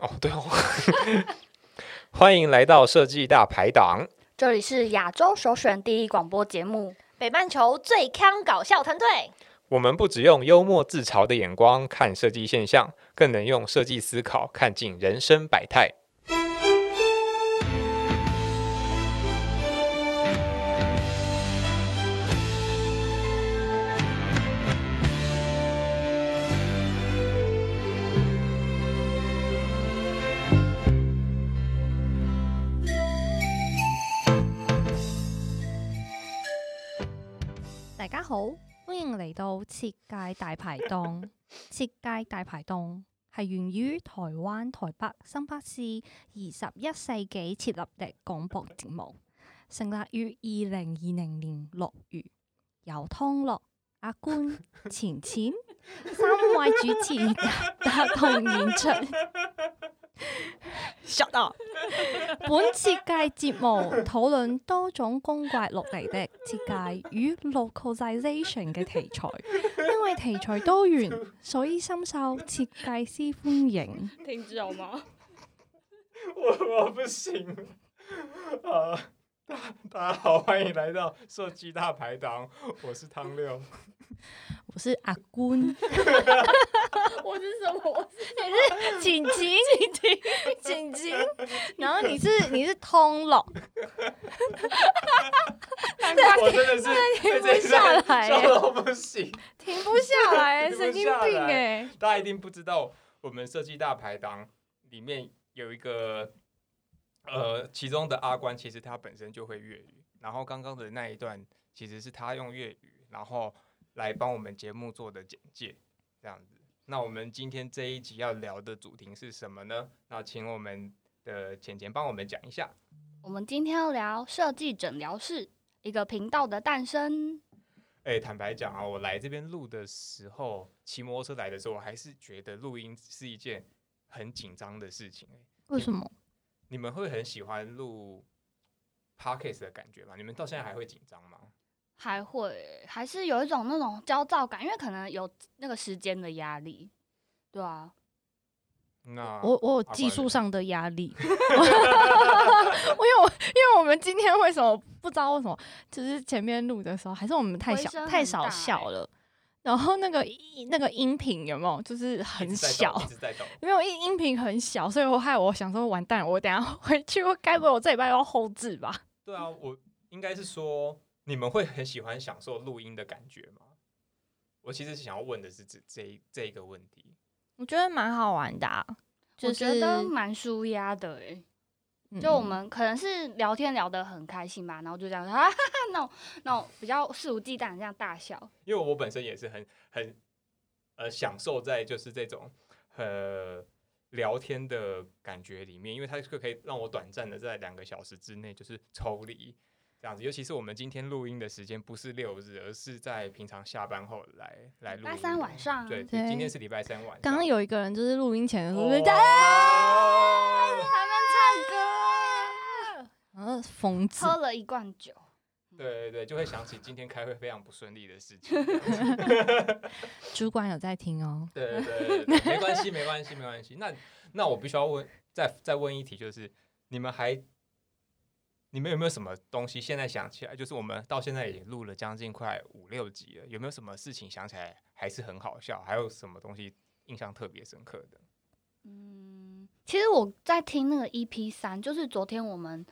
哦，对哦， 欢迎来到设计大排档，这里是亚洲首选第一广播节目，北半球最康搞笑团队，我们不只用幽默自嘲的眼光看设计现象，更能用设计思考看尽人生百态。大家好，歡迎嚟到設計大排檔。設計大排檔係源於台灣台北新北市二十一世紀設立嘅廣播節目，成立於二零二零年六月，由湯樂、阿官、錢錢三位主持 搭檔演出。小到本設計節目討論多種公怪落嚟的設計與 localization 嘅題材，因為題材多元，所以深受設計師歡迎。停止好吗？我我不行，呃， 大大家好，欢迎来到设计大排档，我是汤六，我是阿官，我是什么？我是晴晴，晴晴，晴晴，然後你是你是通樂，難我 怪真的是停不被这一段下來耶笑到不行，停不下來，停不神經下病來哎、大家一定不知道，我们设计大排档里面有一个，呃，其中的阿关其实他本身就会粤语，然后刚刚的那一段其实是他用粤语，然后来帮我们节目做的简介，这样子。那我们今天这一集要聊的主题是什么呢？那请我们的浅浅帮我们讲一下。我们今天要聊设计诊疗室一个频道的诞生。哎、坦白讲啊，我来这边录的时候，骑摩托车来的时候，我还是觉得录音是一件很紧张的事情、哎。為什麼？你们会很喜欢录 podcast 的感觉吗？你们到现在还会紧张吗？还会还是有一种那种焦躁感，因为可能有那个时间的压力，对啊，那我我有阿技关术呢上的压力， 因为我因为我们今天为什么不知道为什么，就是前面录的时候还是我们太回小声太很少大笑欸了，然后那个音那个音频有没有就是一很直在抖小一，直在抖。因为我音音频很小，所以我害我想说完蛋，我等一下回去我该不会我这礼拜要后置吧？对啊，我应该是说你们会很喜欢享受录音的感觉吗？我其实想要问的是这这一这一个问题。我觉得蛮好玩的、啊，就我是觉得嗯蛮舒压的诶、嗯就我们可能是聊天聊得很开心吧，然后就这样啊哈哈那种那种比较肆无忌惮这样大笑，因为我本身也是很很呃享受在就是这种呃聊天的感觉里面，因为它就可以让我短暂的在两个小时之内就是抽离这样子。尤其是我们今天录音的时间不是六日，而是在平常下班后来来录礼拜音。三晚上啊对，对今天是礼拜三晚上。刚刚有一个人就是录音前的时候哦就在，哎然后啊疯子喝了一罐酒，对对对，就会想起今天开会非常不顺利的事情。主管有在听哦。对对 对对，对没关系，没关系，没关系。那那我必须要问，再再问一题，就是你们还你们有没有什么东西现在想起来？就是我们到现在也录了将近快五六集了，有没有什么事情想起来还是很好笑？还有什么东西印象特别深刻的？ 嗯，其实我在听那个 EP 三，就是昨天我们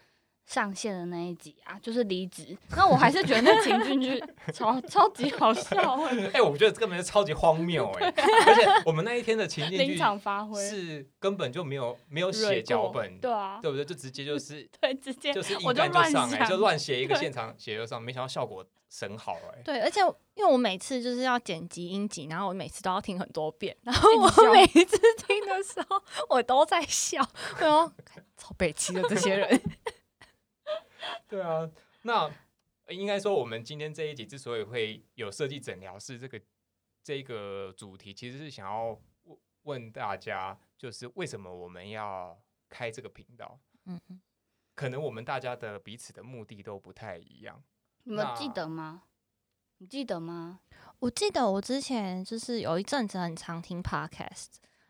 上线的那一集啊，就是离职。那我还是觉得那情境 剧超超级好笑欸，哎、我觉得根本就超级荒谬 哎、而且我们那一天的情境临剧场发挥，是根本就没有没有写脚本，对啊，对不对？就直接就是 对，直接就是硬我就干就乱上来，想就乱写一个现场写就上，没想到效果神好哎、对，而且因为我每次就是要剪辑音集，然后我每次都要听很多遍，然后一直我笑哦 每次听的时候，我都在笑，我说超北齐的这些 人，对啊，那呃应该说，我们今天这一集之所以会有设计诊疗室这个这个主题，其实是想要问问大家，就是为什么我们要开这个频道？嗯，可能我们大家的彼此的目的都不太一样。你们那记得吗？你记得吗？我记得我之前就是有一阵子很常听 podcast，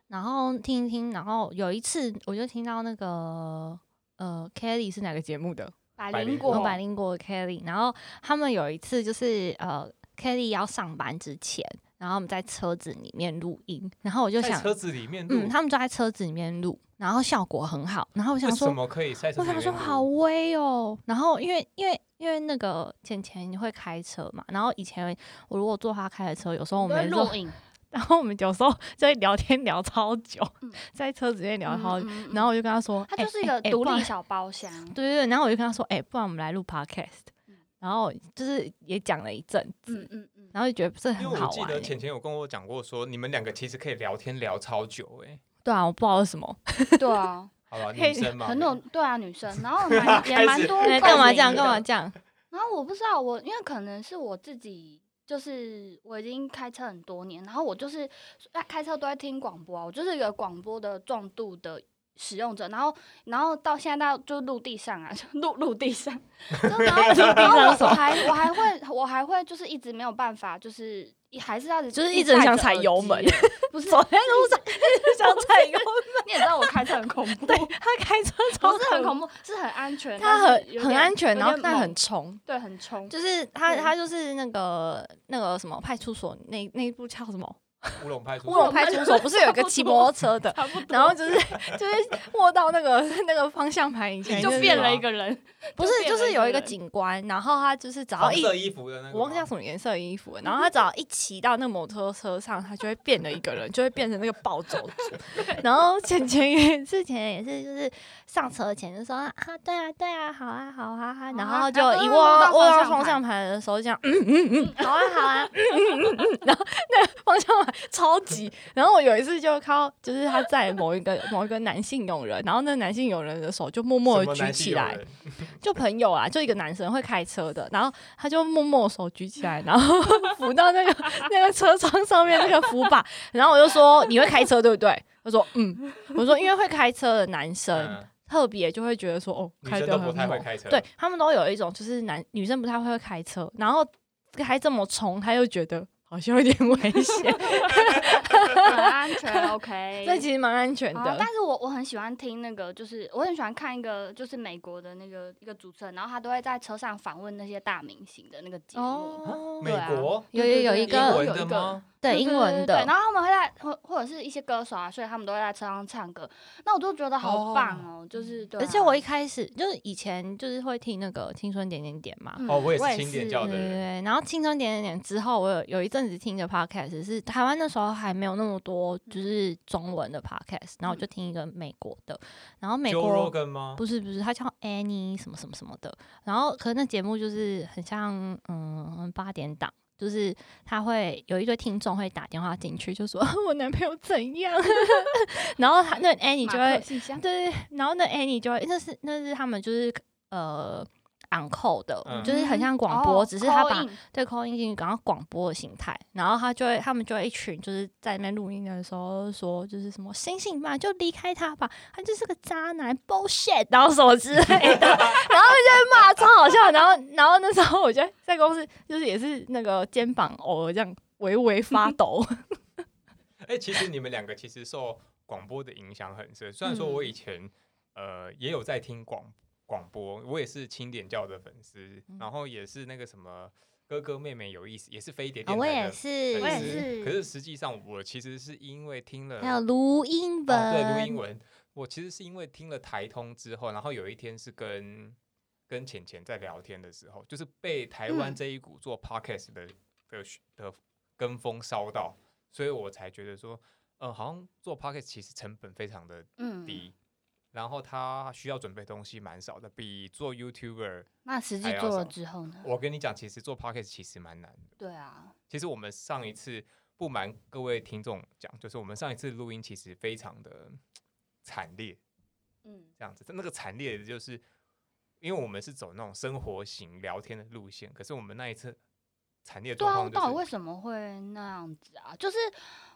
然后听一听，然后有一次我就听到那个呃 Kelly 是哪个节目的？百百灵灵果果有百灵果的 Kelly，然后他们有一次就是呃 Kelly 要上班之前，然后我们在车子里面录音，然后我就在想，车子里面录，哦嗯，他们就在车子里面录，然后效果很好，然后我为想什说，么可以在车我子里想面说啊录好威哦，然后因为因为因为那个浅浅会开车嘛，然后以前我如果坐他开的车，有时候我你都会们就录影， 然后我们有时候就会聊天聊超久，嗯在车子里面聊嗯超久，嗯嗯然后我就跟他说，它欸就是一欸个欸独不然立小包厢，对对对，然后我就跟他说，哎、不然我们来录 podcast，嗯然后就是也讲了一阵子，嗯嗯嗯，然后就觉得不是因很为好我记玩、得欸。浅浅有跟我讲过说，你们两个其实可以聊天聊超久、欸，对啊，我不知道为什么，对 啊，好吧，嘿女生嘛，很多对啊女生，然 后蛮也开蛮始多对，哎干嘛这样？共鸣的干嘛 这样？然后我不知道，我因为可能是我自己，就是我已经开车很多年，然后我就是啊开车都在听广播啊，我就是一个广播的重度的使用者。然后，然后到现在到就陆地上啊， 就陆陆地上，就 然后然后我我还我还会我还会就是一直没有办法，就是还是要就是一直很想踩油戴门，着耳机不是？走在路上 想踩油你也知道我开车很恐 怖， 门，他开车超不是很恐怖，怖，是很安全，他但是很有很点安全，有然后点但猛很冲。对很冲，就是他，对他就是那个那个什么派出所那那一部叫什么乌龙派出乌所龙派出所，不是有一个骑摩托车的，差不多然后就是就是握到那个 那个方向盘以前就就是变啊了一个 人。不是，变就了是一有个一个人警官，然后他就是只要黄一色衣服的那个吗，我忘记叫什么颜色的衣服了，然后他只要一骑到那个摩托车上，他就会变了一个人，就会变成那个暴走族。 然后浅浅也之前也是，就是上车前就说啊，对啊，对啊，好啊，好啊，好啊然后哦就一握啊握到握到方方向向盘的时候，这样，嗯嗯嗯，好啊，好啊， 嗯嗯嗯嗯，然后那个方向盘超级。然后我有一次就靠，就是他在某一个某一个男性友人，然后那个男性友人的手就默默什的么举男起性友来，人就朋友啊，就一个男生会开车的，然后他就默默手举起来， 然后扶到那个 那个车窗上面那个扶把，然后我就说你会开车对不对？他说 嗯，我说因为会开车的男生嗯特别就会觉得说哦，女开生得都不很太会猛，开车，对，他们都有一种就是男女生不太会开车，然后开这么冲，他又觉得好像有点危险， 很安 全，OK。这其实蛮安全的。啊但是我我很喜欢听那个，就是我很喜欢看一个，就是美国的那个一个主持人，然后他都会在车上访问那些大明星的那个节目。哦美对啊国有对有对有对对一英个文有一的个吗？哦对英文对对对的对，然后他们会在或或者是一些歌手啊，所以他们都会在车上唱歌。那我就觉得好棒哦，就是对啊、而且我一开始就是以前就是会听那个《青春点点点》嘛，嗯哦，我也我是也清点是教对的对人，对，然后《青春点点点》之后，我有有一阵子听的 podcast 是台湾那时候还没有那么多嗯就是中文的 podcast，然后我就听一个美国的，然后美 Joe 国 Rogan 吗？不是不是，它叫 Annie 什么什么什么的，然后可是那节目就是很像嗯八点档。就是他会有一堆听众会打电话进去，就说 我男朋友怎样， 然后他那 Annie 马就克会信箱对，然后那 Annie 就会，那是那是他们就是呃 on call 的，嗯就是很像广哦播，只是他 call 把 in 对 call in 进去，然后广播的形态，然后他就会他们就会一群就是在那边录音的时候说，就是什么醒醒吧，就离开他吧，他就是个渣男 bullshit，然后什么之类的，然后 他们就会骂超好笑，然后然后那时候我觉得在公司就是也是那个肩膀偶尔这样微微 发抖，哎，其实你们两个其实受广播的影响很深，虽然嗯说我以前呃也有在听广广播，我也是清点教的粉丝，嗯然后也是那个什么哥哥妹妹有意思，也是飞碟电台的是粉啊哦我也丝是可是实际上，我其实是因为听了还有卢英文，哦，对，录英文。我其实是因为听了台通之后，然后有一天是跟跟浅浅在聊天的时候，就是被台湾嗯这一股做 podcast 的、的的跟风烧到，所以我才觉得说，呃，好像做 podcast 其实成本非常的嗯，低，然后他需要准备东西蛮少的，比做 YouTuber，那实际还要做什了么之后呢？我跟你讲，其实做 podcast 其实蛮难的。对啊，其实我们上一次不瞒各位听众讲，就是我们上一次录音其实非常的惨烈，嗯这样子。那个惨烈的就是，因为我们是走那种生活型聊天的路线，可是我们那一次惨烈的对状啊，况我到底就为是，什么会那样子啊？就是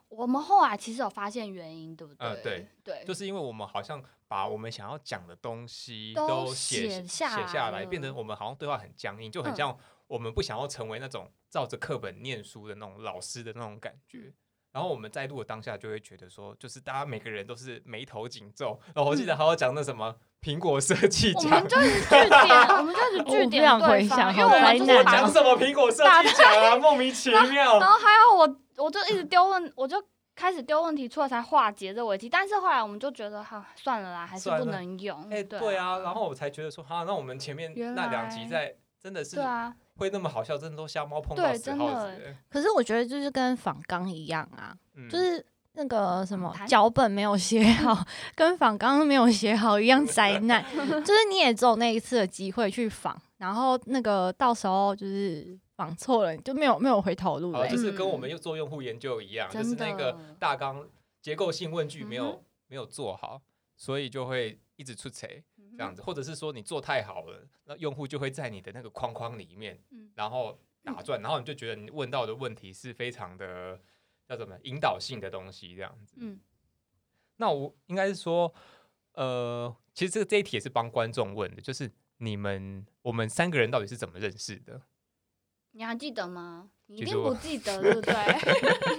我们后来其实有发现原因，对不对？呃对对，就是因为我们好像把我们想要讲的东西都都写写下写下来，了变成我们好像对话很僵硬，就很嗯像我们不想要成为那种照着课本念书的那种老师的那种感觉。然后我们在录的当下就会觉得说，就是大家每个人都是眉头紧皱。然后我记得还有讲那什么苹果设计嗯我奖们，就是据点，我们就是哦我据不点想对回方，想因为我好灾们就是难把哦讲什么苹果设计奖啊，莫名其 然妙。后还好我，我就一直丢问，我就开始丢问题出来才化解这危机。但是后来我们就觉得，哈、啊算了啦，还是算不了能用。哎，对，啊，然后我才觉得说，哈，那我们前面原那两集来在真的是对啊，会那么好笑，真的都瞎猫碰到对死真耗的子。可是我觉得就是跟仿纲一样啊，嗯就是那个什么访谈脚本没有写好，跟仿纲没有写好嗯一样灾 难。就是你也只有那一次的机会去仿，然后那个到时候就是仿错了，你就没有没有回头路了好，哦欸、就是跟我们又做用户研究一样，就是嗯真的嗯那个大纲结构性问句没有、没有做好，所以就会一直出错这样嗯子，或者是说你做太好了，那用户就会在你的那个框框里面嗯，然后打转，然后你就觉得你问到的问题是非常的叫什么引导性的东西这样子。嗯，那我应该是说，呃，其实这个这一题也是帮观众问的，就是你们我们三个人到底是怎么认识的？你还记得吗？你一其实定我不记得，对不对？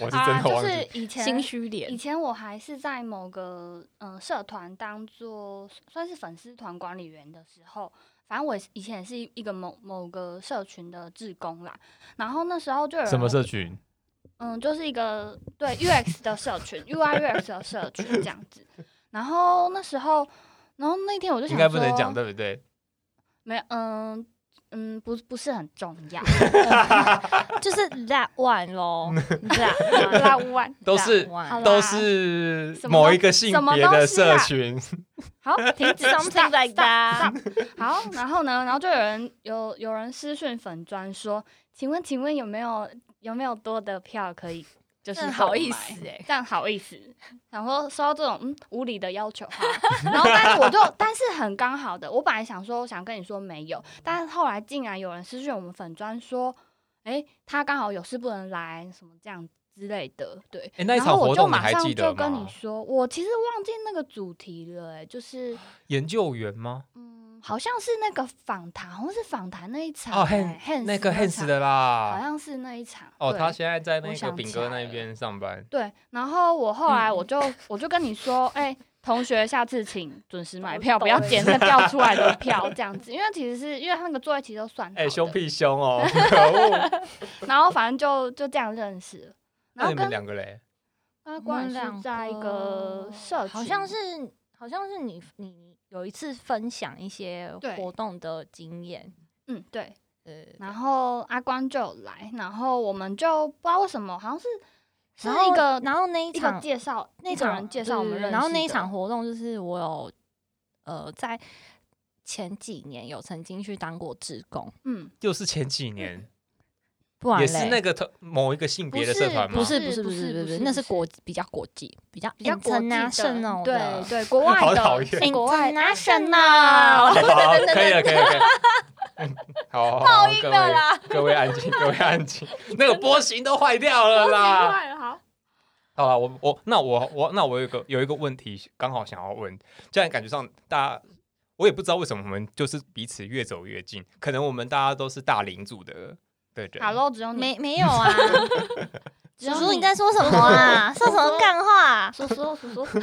我啊，就是以心前。虚以脸。前我还是在某个嗯、呃社团当做算是粉丝团管理员的时候，反正我也是以前也是一个某某个社群的志工啦。然后那时候就有人什么社群？嗯，就是一个对 UX 的社群，UI UX 的社群这样子。然后那时候，然后那呃天我就想应该不能讲的，对不对？没有，嗯嗯，不不是很重要，就是 that one 咯，that 拉弯都是 that 好 one 啊啦都是什么某东一个性什么别东的西社啊群， 好，停止 Something like that stop, stop. 好，然后呢，然后就有人有有人私讯粉砖说，请问请问有没有有没有多的票可以？就是真好购意买思欸这样好意思，想说收到这种嗯无理的要求哈， 然后但是我就但是很刚好的，我本来想说我想跟你说没有，但是后来竟然有人私讯我们粉砖说，哎、他刚好有事不能来什么这样之类的，对，诶那一然后场活我就动你马还上记得就跟吗你说，我其实忘记那个主题了、诶就是研究员吗？嗯，好像是那个访谈，好像是访谈那一场、哦欸，Hans 那个 Hans Hans 的场，好啦。像是那一场。哦，对他现在在我那个想炳起哥来那了边上班。对，然后我后来 嗯我就、我就跟你说，哎、同学，下次请准时买我票，不要懂了捡那掉出来 的票，这样子，因为其实是因为他那个座位其实都算好哎，的凶屁凶 哦，可恶！然后反正就就这样认识了，那然后你们跟两个嘞？那我关们系两在一个社群，好像是好像是你你有一次分享一些对活动的经验，嗯对，呃，然后阿关就有来，然后我们就不知道为什么，好像是是然后一个然后那一一个场介绍，那一个场人介绍我们对认识的，然后那一场活动就是我有呃在前几年有曾经去当过志工，嗯，又是前几年，不然也是那嘞。个团某一个性别的社团吗不？是不是不不是是不不是是，不那是是国比较国际，比较比较国际的 international 的对对，国外好的，讨厌 是国外的 international 好，可以了，可以了，可以了。 好，报应了啦！各位安 静，各位安静，那个波形都坏掉了啦。坏了，好，好了，我我那我我那我有一个有一个问题，刚好想要问，这样感觉上大家，我也不知道为什么我们就是彼此越走越近，可能我们大家都是大领主的的人。好喽，只有你，没没有 啊？只有叔叔你你在说什 么啊？说什么干话？叔叔叔叔，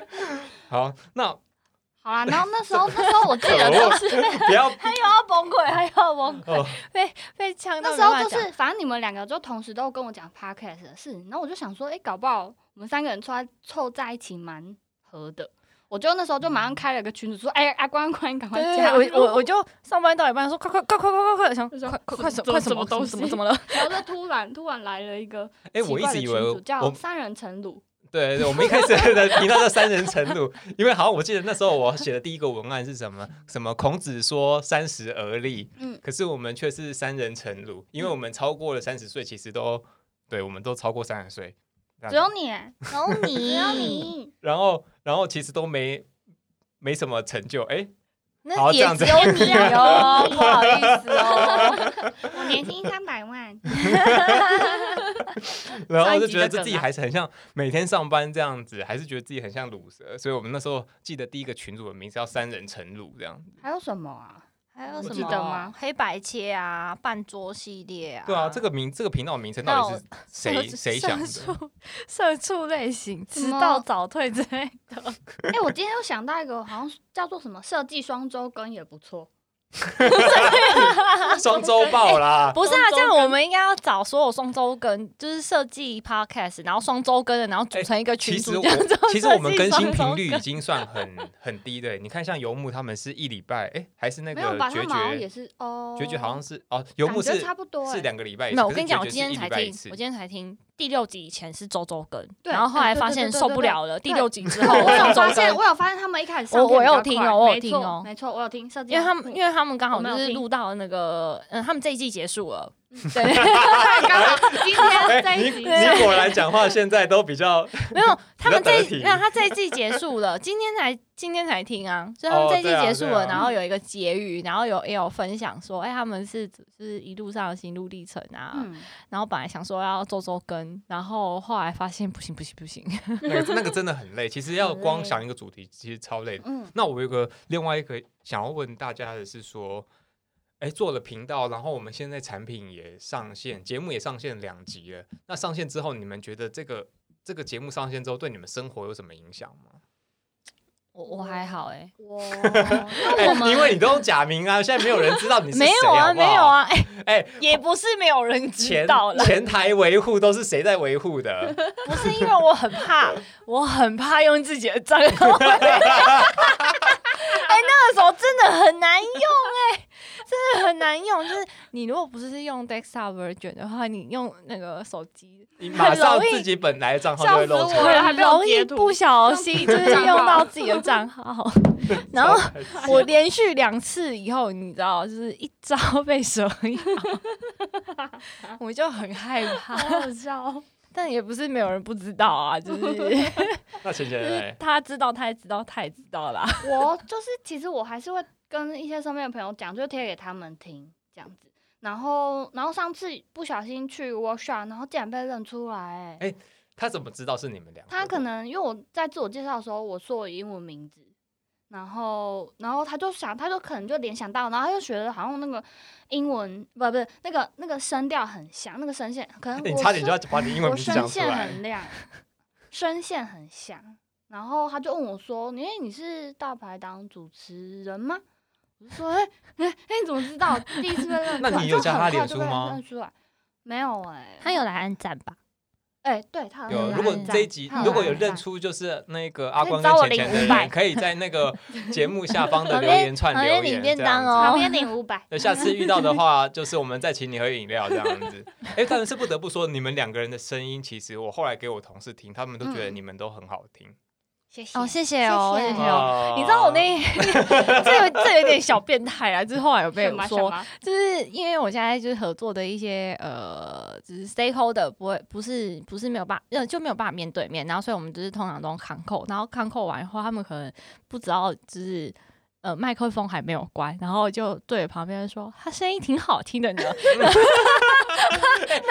好，那好啦，然后那时候那时候我记 得可恶就是哦不 要还有要崩溃，还有要崩哦，被呛到 那没时候办就法讲是，反正你们两个就同时都跟我讲 podcast 的事，然后我就想说，哎、搞不好我们三个人凑在凑在一起蛮合的。我就那时候就马上开了个群组，说：“哎、阿关关，你赶快嗯对加入！”对对，我我我就上班到一半说快快快快快快快，想就说快快快什什么快什什么么东西怎么怎么了？然后就突然突然来了一个哎，我奇一怪直的以群为组我叫三人成鲁，对对，我们一开始的提到这三人成 鲁，因为好像我记得那时候我写的第一个文案是什么？什么孔子说三十而立，嗯可是我们却是三人成鲁，因为我们超过了三十岁，其实都对，我们都超过三十岁，这样只有你，只有只有，你，然后然后其实都没没什么成就，哎， 好这那也样子只有你 哦，不好意思 哦。我年薪三百万，然后上一就集觉得的梗自己啊还是很像每天上班这样子，还是觉得自己很像卤蛇，所以我们那时候记得第一个群主的名字叫三人成鲁这样子。还有什么啊？还有不什记么得吗黑白切啊、半桌系列啊，对啊， 这个名这个频道名称到底是谁谁想社的？畜 社畜类型，迟什么到早退之类的。哎、我今天又想到一个，好像是叫做什么设计双周更也不错。 双周报啦，不是啊，双周这样我们应该要找所有双周更，就是设计 podcast，然后双周更的，然后组成一个群哎其实组，我这样子。其实我们更新设计双周频率已更经算很很低的欸。你看，像游牧他们是一礼拜，哎、还是那 没有吧？个他决们好像绝，也是哦，决绝好像是哦，游牧感觉是差不多、欸，是两个礼拜一次。没有，可我是跟你讲，我决绝今天是一才礼拜一听，次我今天才听第六集以前是周周更，对然后后哎来对发对现对受对不对了了，第对六集之后我有双周发现，更我。有发现他们一开始上我片我比较有听哦快我有没听错哦没错，我有听设计因老为师，他们，因为他们刚好嗯我没就有是听录到那个，嗯，他们这一季结束 了，嗯 刚好今天哎、这你一集你果然讲 话现在都比较没有，他们这得体没有，他这一季结束了，今天才今天才听啊，所以他们哦这一季对啊结束对了，啊然后有一个结语，然后有也有分享说，哎、他们是就是一路上的心路历程啊，嗯，然后本来想说要周周更，然后后来发现不行不行不行，那个那个真的很累。其实要很累光想一个主题，其实超累的。嗯，那我有个另外一个想要问大家的是说，哎，做了频道，然后我们现在产品也上线，节目也上线两集了。那上线之后，你们觉得这个这个节目上线之后，对你们生活有什么影响吗？我我还好哎、我哎，因为你都用假名啊，现在没有人知道你是谁，没有啊好不好没有，啊，哎、哎。也不是没有人知前道 了，前台维护都是谁在维护的？ 不是因为我很 怕，我很怕用自己的账号。哎、那个时候真的很难用哎、真的很难用。就是你如果不是用 desktop version 的话，你用那个手机，你马上很容易自己本来的账号就会露出笑死我了来，还很没有容易截图不小心就是用到自己的账号。 然后我连续两次以后，你知道，就是一招被蛇咬， 我就很害怕。好笑。但也不是没有人不知道啊，就是。 那钱钱就是嘞，他知道，他也知道，他也知道啦。 我就是，其实我还是会跟一些身边的朋友讲，就贴给他们听这样子。然后，然后上次不小心去 workshop，然后竟然被认出来、哎、哎他怎么知道是你们两个？他可能因为我在自我介绍的时候，我说我英文名字，然后，然后他就想，他就可能就联想到，然后他就觉得好像那个英文不不是那个那个声调很像，那个声线可能你哎我差点就声要把你英文我名字讲声出线来。很亮，声线很像。然后他就问我说：“你你是大排档主持人吗？”我就说：“哎哎哎，你怎么知道？第一次被认出那来。”你有就加很他快脸就书被认吗认出来没有哎、 他有来按赞 吧？哎、对他好像有，来如果按赞这一集他如来果有按认赞出就是那个阿光可跟以找我钱钱的领人， 500可以在那个节目下方的旁留边言串旁留边言领这便当样子。旁哦。边领五 百，那下次遇到的话，就是我们再请你喝饮料这样子。哎，但是不得不说，你们两个人的声音，其实我后来给我同事听，他们都觉得嗯你们都很好听。谢谢。哦，谢谢哦，谢谢谢谢哦。哦哎 你知道我那这有这有点小变态啊，就是后来有被什我么什说，么？就是因为我现在就是合作的一些呃，就是 stakeholder 不会不是不是没有办法，呃就没有办法面对面，然后所以我们就是通常都用 c o n o 然后 c o n o 完以后，他们可能不知道就是。呃，麦克风还没有关，然后就对旁边人说他声音挺好听的呢。 然后，然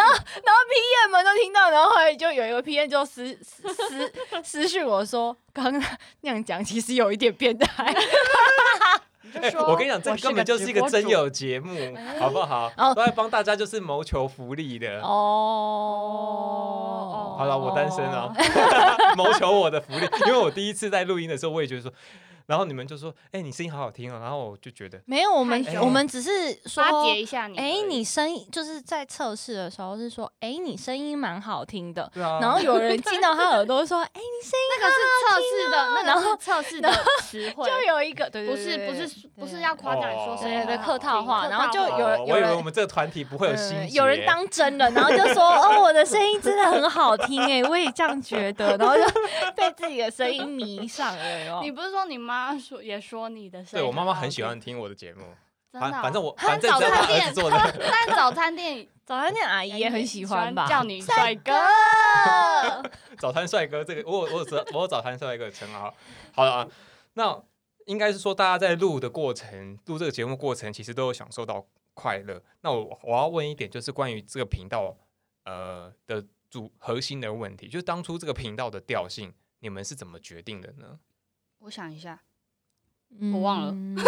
后 P M 们都听到，然后后来就有一个 P M 就私私私私讯我说，刚刚那样讲其实有一点变态。 你就 哎说，我跟你讲，这我是根本个就是直一个播真主有节目，好不好？哦都在帮大家就是谋求福利的。哦，好了，我单身啊， 谋求我的福利。因为我第一次在录音的时候，我也觉得说，然后你们就说，哎、你声音好好听哦，然后我就觉得，没有，我们害羞我们只是说巴，结一下你。哎、你声音就是在测试的时候是说，哎、你声音蛮好听的。对哦啊，然后有人进到他耳 朵说，哎、那个是测试的，那然个后是测试的词汇，就有一个，对不对是对不对是不是要夸奖你说哦什对对么对好客套听话，然后就客套话有哦有我以为人我们这个团体不嗯会有心呃结，有人当真了，然后就 说：“哦，我的声音真的很好听哎、我也这样觉得。” 然后就被自己的声音迷上了哟。你不是说你妈 说也说你的声哦对音？我妈妈很喜欢，听我的节目，真反的哦、反正我她反正只要早她餐儿子店做的， 但早餐店早餐店阿姨 也很喜欢吧？叫 你帅哥。 早餐帅哥这个，我有我有早我有早餐帅哥的称号。好了、啊，那应该是说大家在录的过程，录这个节目过程，其实都有享受到快乐。那我我要问一点，就是关于这个频道呃的主核心的问题，就是当初这个频道的调性，你们是怎么决定的呢？我想一下，我忘了嗯，啊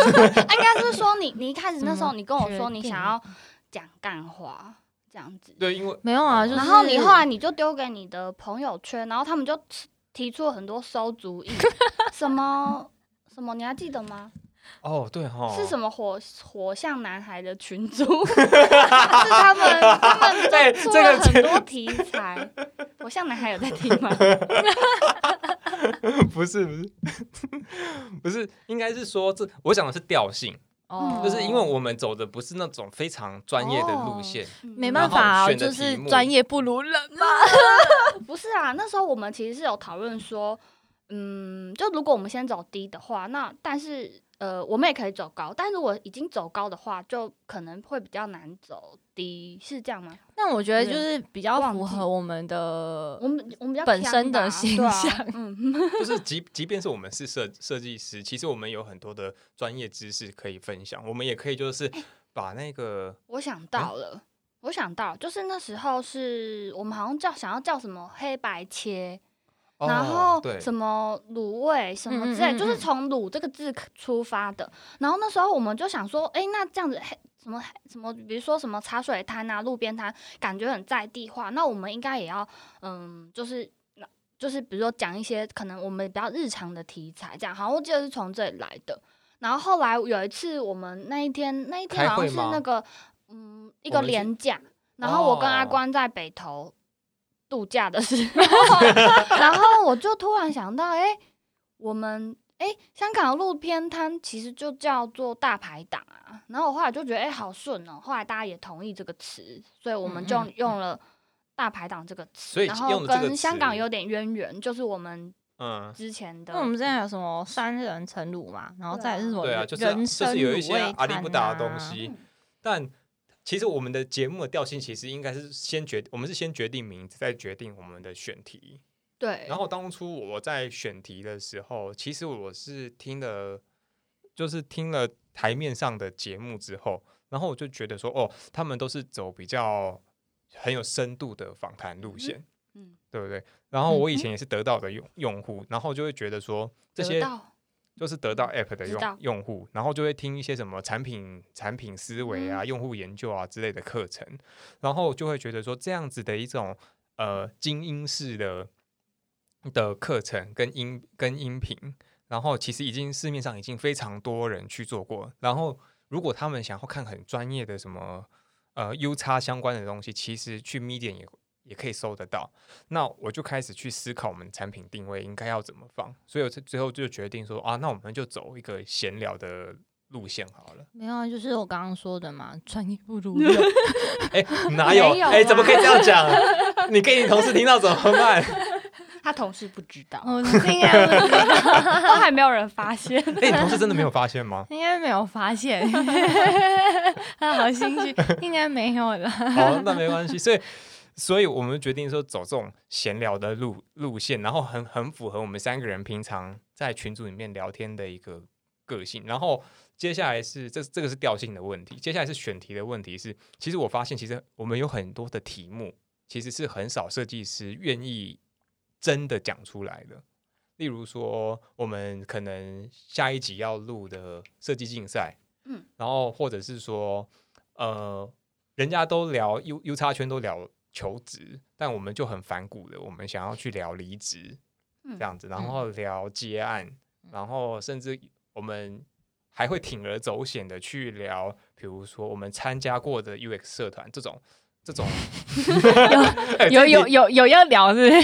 应该是说你你一开始那时候嗯你跟我说确你定想要讲干话这样子，对，因为没有啊， 哦就是然后你后来你就丢给你的朋友圈，然后他们就提出了很多馊主 意，什么什么你还记得吗？哦，对哈，是什么火火象男孩的群主， 是他们他们哎就出这个了很多题材。火象男孩有在听 吗？不是不是 不是，应该是说这我想的是调性，哦就是因为我们走的不是那种非常专业的路线，没嗯办法然后啊，选的就题是目专业不如人嘛。不是啊，那时候我们其实是有讨论说，嗯，就如果我们先走低的话，那但是呃，我们也可以走高，但如果已经走高的话，就可能会比较难走低，是这样吗？但我觉得对就是比较忘符记合我们的我们我们比较本强身的吧形对啊象嗯，就是即即便是我们是设设计师，其实我们有很多的专业知识可以分享，我们也可以就是哎把那个我想到了。我想到，就是那时候是我们好像叫想要叫什么黑白切，哦然后对什么卤味什么嗯嗯之类，就嗯是嗯从“卤”这个字出发的。然后那时候我们就想说，诶，那这样子黑什么黑什么，比如说什么茶水摊啊、路边摊，感觉很在地化。那我们应该也要，嗯，就是就是比如说讲一些可能我们比较日常的题材，这样。好像我记得是从这里来的。然后后来有一次，我们那一天那一天开好会像是吗那个嗯一我个们去廉价，然后我跟阿哦关在北投度假的时候， 然后我就突然想到，哎、我们哎、诶香港的路边摊其实就叫做大排档啊。然后我后来就觉得，哎、好顺哦、后来大家也同意这个词，所以我们就嗯嗯嗯用了大排档这个词，所以然用后了这个跟香港词有点渊源，就是我们嗯。之前的。那我们之前有什么三人成卤嘛，然后再来是什么对啊，人就是就是有一些阿里里不达的东西，但其实我们的节目的调性其实应该是先决，我们是先决定名字，再决定我们的选题。对，然后当初我在选题的时候，其实我是听了，就是听了台面上的节目之后，然后我就觉得说，哦，他们都是走比较很有深度的访谈路线，嗯，对不对？然后我以前也是得到的用用户，然后就会觉得说这得些到就是得到 App 的知道用用户，然后就会听一些什么产品、产品思维嗯啊、用户研究啊之类的课程，然后就会觉得说这样子的一种呃精英式的的课程跟音跟音频，然后其实已经市面上已经非常多人去做过，然后如果他们想要看很专业的什么呃 U 叉相关的东西，其实去 Medium 也也可以搜得到。那我就开始去思考我们产品定位应该要怎么放，所以我最最后就决定说啊，那我们就走一个闲聊的路线好了。没有啊，就是我刚刚说的嘛，专业不 如人。哎、哪有？没有哎、怎么可以这样讲？你给你同事听到怎么办？ 他同事不知道，我应该 都还没有人 发现。哎、你同事真的没有发现吗？应该没有发 现，他好心虚，应该没有啦。好，那没关系。所以，所以我们决定说走这种闲聊的路路线，然后很很符合我们三个人平常在群组里面聊天的一个个性。然后接下来是这这个是调性的问题，接下来是选题的问题是，其实我发现其实我们有很多的题目其实是很少设计师愿意真的讲出来的。例如说，我们可能下一集要录的设计竞赛，嗯，然后或者是说，呃，人家都聊 U U 叉圈都聊求职，但我们就很反骨的，我们想要去聊离职嗯这样子，然后聊接案，然后甚至我们还会铤而走险的去聊，比如说我们参加过的 UX 社团这种。这 种哎有这题有有有要聊是不是？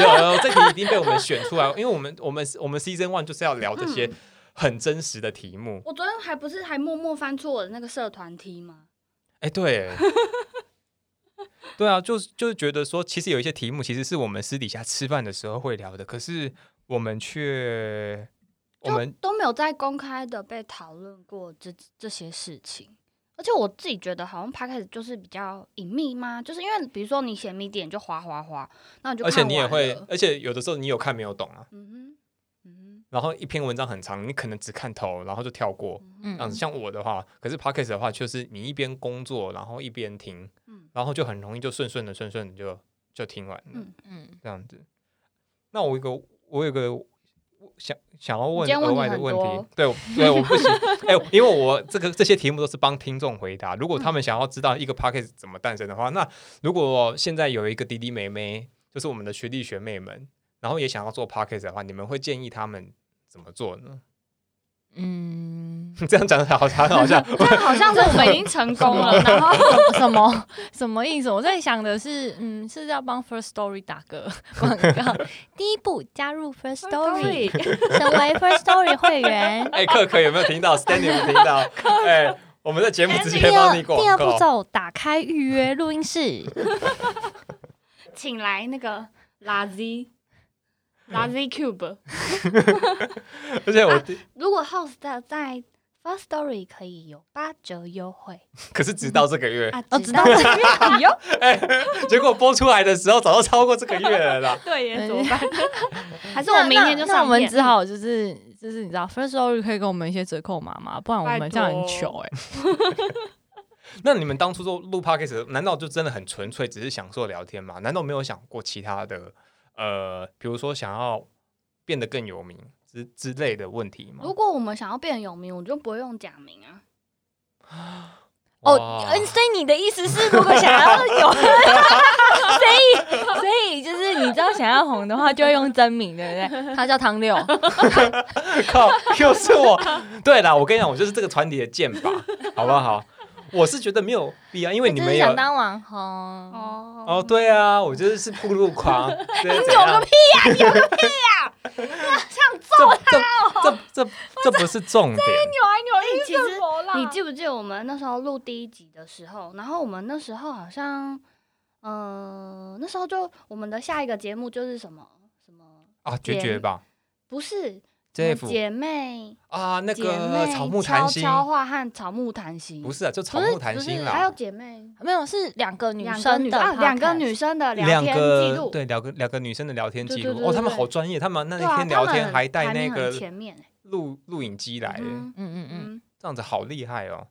有有，这题一定被我们选出来，因为我们我们我们 season one 就是要聊这些嗯很真实的题目。我昨天还不是还默默翻出我的那个社团 T 吗？哎、对， 对啊，就是就是觉得说，其实有一些题目其实是我们私底下吃饭的时候会聊的，可是我们却我就们都没有在公开的被讨论过这这些事情。而且我自己觉得，好像 p 开始就是比较隐秘吗？就是因为比如说你写密点就划划划，那你就而且看你也完会了，而且有的时候你有看没有懂啊，嗯哼，嗯然后一篇文章很长，你可能只看头，然后就跳过。嗯这样子，像我的话，可是 podcast 的话，就是你一边工作，然后一边听，嗯然后就很容易就顺顺的顺顺的就就听完了。嗯嗯这样子。那我有一个我有一个想想要问今天额问题外的很问题多，对我对，我不行，哎、因为我这个这些题目都是帮听众回答。如果嗯他们想要知道一个 p a c k a g e 怎么诞生的话，那如果现在有一个弟弟妹妹，就是我们的学弟学妹们，然后也想要做 p a c k a g e 的话，你们会建议他们怎么做呢？ 嗯，这样讲好像好像这嗯样好像是我们已经成功 了，然后什么什么意思？我在想的是，嗯，是要帮 First Story 打个广告。第一步，加入 First Story，成为 First Story 会员。 哎，克可有没有听到？Stanley 有没有听 到？哎、我们在节目直第接帮你二广第二步告。骤，打开预约录音室。请来那个拉 Z，拉 Z Cube，而且我、啊如果 host 在在 First Story 可以有八折优惠可是直到这个月，啊！哦直直到到这个月底 哟， 结果播出来的时候早就超过这个月了 啦。对耶，怎么办？还是我明天就那那那上我们片？只好就是就是你知道，First Story 可以给我们一些折扣码吗？不然我们这样很糗哎、那你们当初做录 podcast，难道就真的很纯粹只是享受聊天吗？难道没有想过其他的呃，比如说想要变得更有名之之类的问题吗？如果我们想要变有名，我就不会用假名啊。哇哦，嗯，所以你的意思是，如果想要 有，所以所以就是你知道想要红的话，就会用真名，对不对？他叫汤六，靠，又是我。对啦，我跟你讲，我就是这个团体的剑拔，好不好？我是觉得没有必要，因为你就们是有想当网红。哦哦，对啊，我就是是铺路 狂，你有个屁啊呀、你有个屁呀、这想揍他、哦这这这这不是重点，哎其实你记不记得我们那时候录第一集的时候，然后我们那时候好像，嗯、那时候就我们的下一个节目就是什么什么，啊，决绝吧不是什，JF 么姐妹啊，那姐个妹草木谈心，悄悄话和草木谈心，不是啊，就草不木是谈不心是啦，还有姐妹没有，是两个女两个生女的啊，两个 podcast 女生的聊两天记个录，对两个两个女生的聊天对记对录对哦，对他们对好专业，他们那对一啊，天聊他们天很还带排那名很个前面、欸，录录影机来，嗯嗯嗯嗯，嗯，这样子好厉害哦。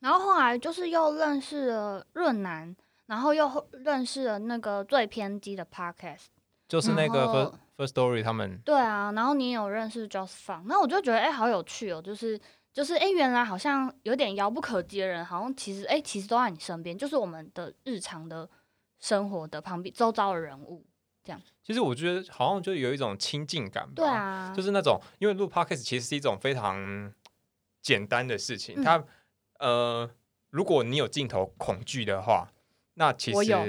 然后后来就是又认识了润南，然后又认识了那个最偏激的 podcast。就是那个然后 first first story 他们对啊，然后你也有认识 Just Fun，那我就觉得哎、好有趣哦，就是就是哎、原来好像有点遥不可及的人，好像其实哎、其实都在你身边，就是我们的日常的生活的旁边周遭的人物。其实我觉得好像就有一种亲近感吧。对，啊，就是那种因为录 podcast 其实是一种非常简单的事情，嗯它呃，如果你有镜头恐惧的话。那其我实，有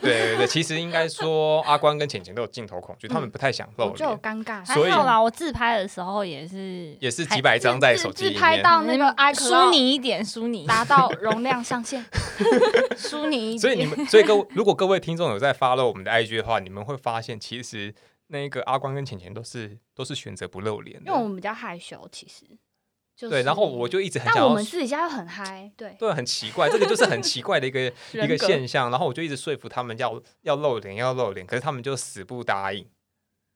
对对对，其实应该 说阿关跟浅浅都有镜头恐惧，他们不太想露嗯我就有脸，尴尬，所以还好啦，我自拍的时候也是也是几百张在手机自里拍面。到那个 i c 淑你一点，淑你达到容量上 限，淑你一点。所以你们，所以各位，如果各位听众有在 follow 我们的 IG 的话，你们会发现，其实那个阿关跟浅浅都是都是选择不露脸因为我的。们比较害羞，其实就是对，然后我就一直很想但我要们，私底下又很嗨，对，对，很奇怪，这个就是很奇怪的一个一个现象。然后我就一直说服他们要要露脸，要露脸，可是他们就死不答应，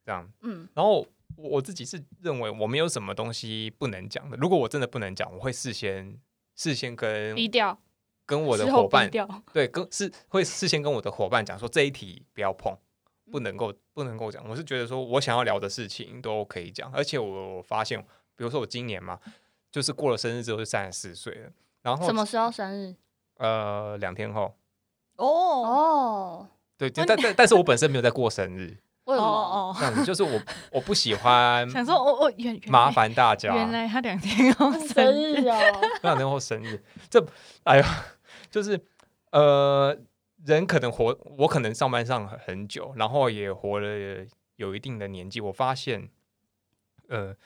这样。嗯，然后我我自己是认为我没有什么东西不能讲的，如果我真的不能讲，我会事先事先跟低调，跟我的事伙后伴低调，对，跟是会事先跟我的伙伴讲说这一题不要碰，不能够不能够讲。我是觉得说我想要聊的事情都可以讲，而且我我发现，比如说我今年嘛，就是过了生日之后就三十四岁了，然后什么时候生日？呃两天后， 哦哦，对，但但但是我本身没有在过生日，为哦什么？哦，这样子就是我我不喜欢想说哦哦原原麻来烦大家，原来他两天后生生日啊日 哦，那然后生日，这哎呀， 就是呃，人可能活，我可能上班上很很久，然后也活了有一定的年纪，我发现，呃，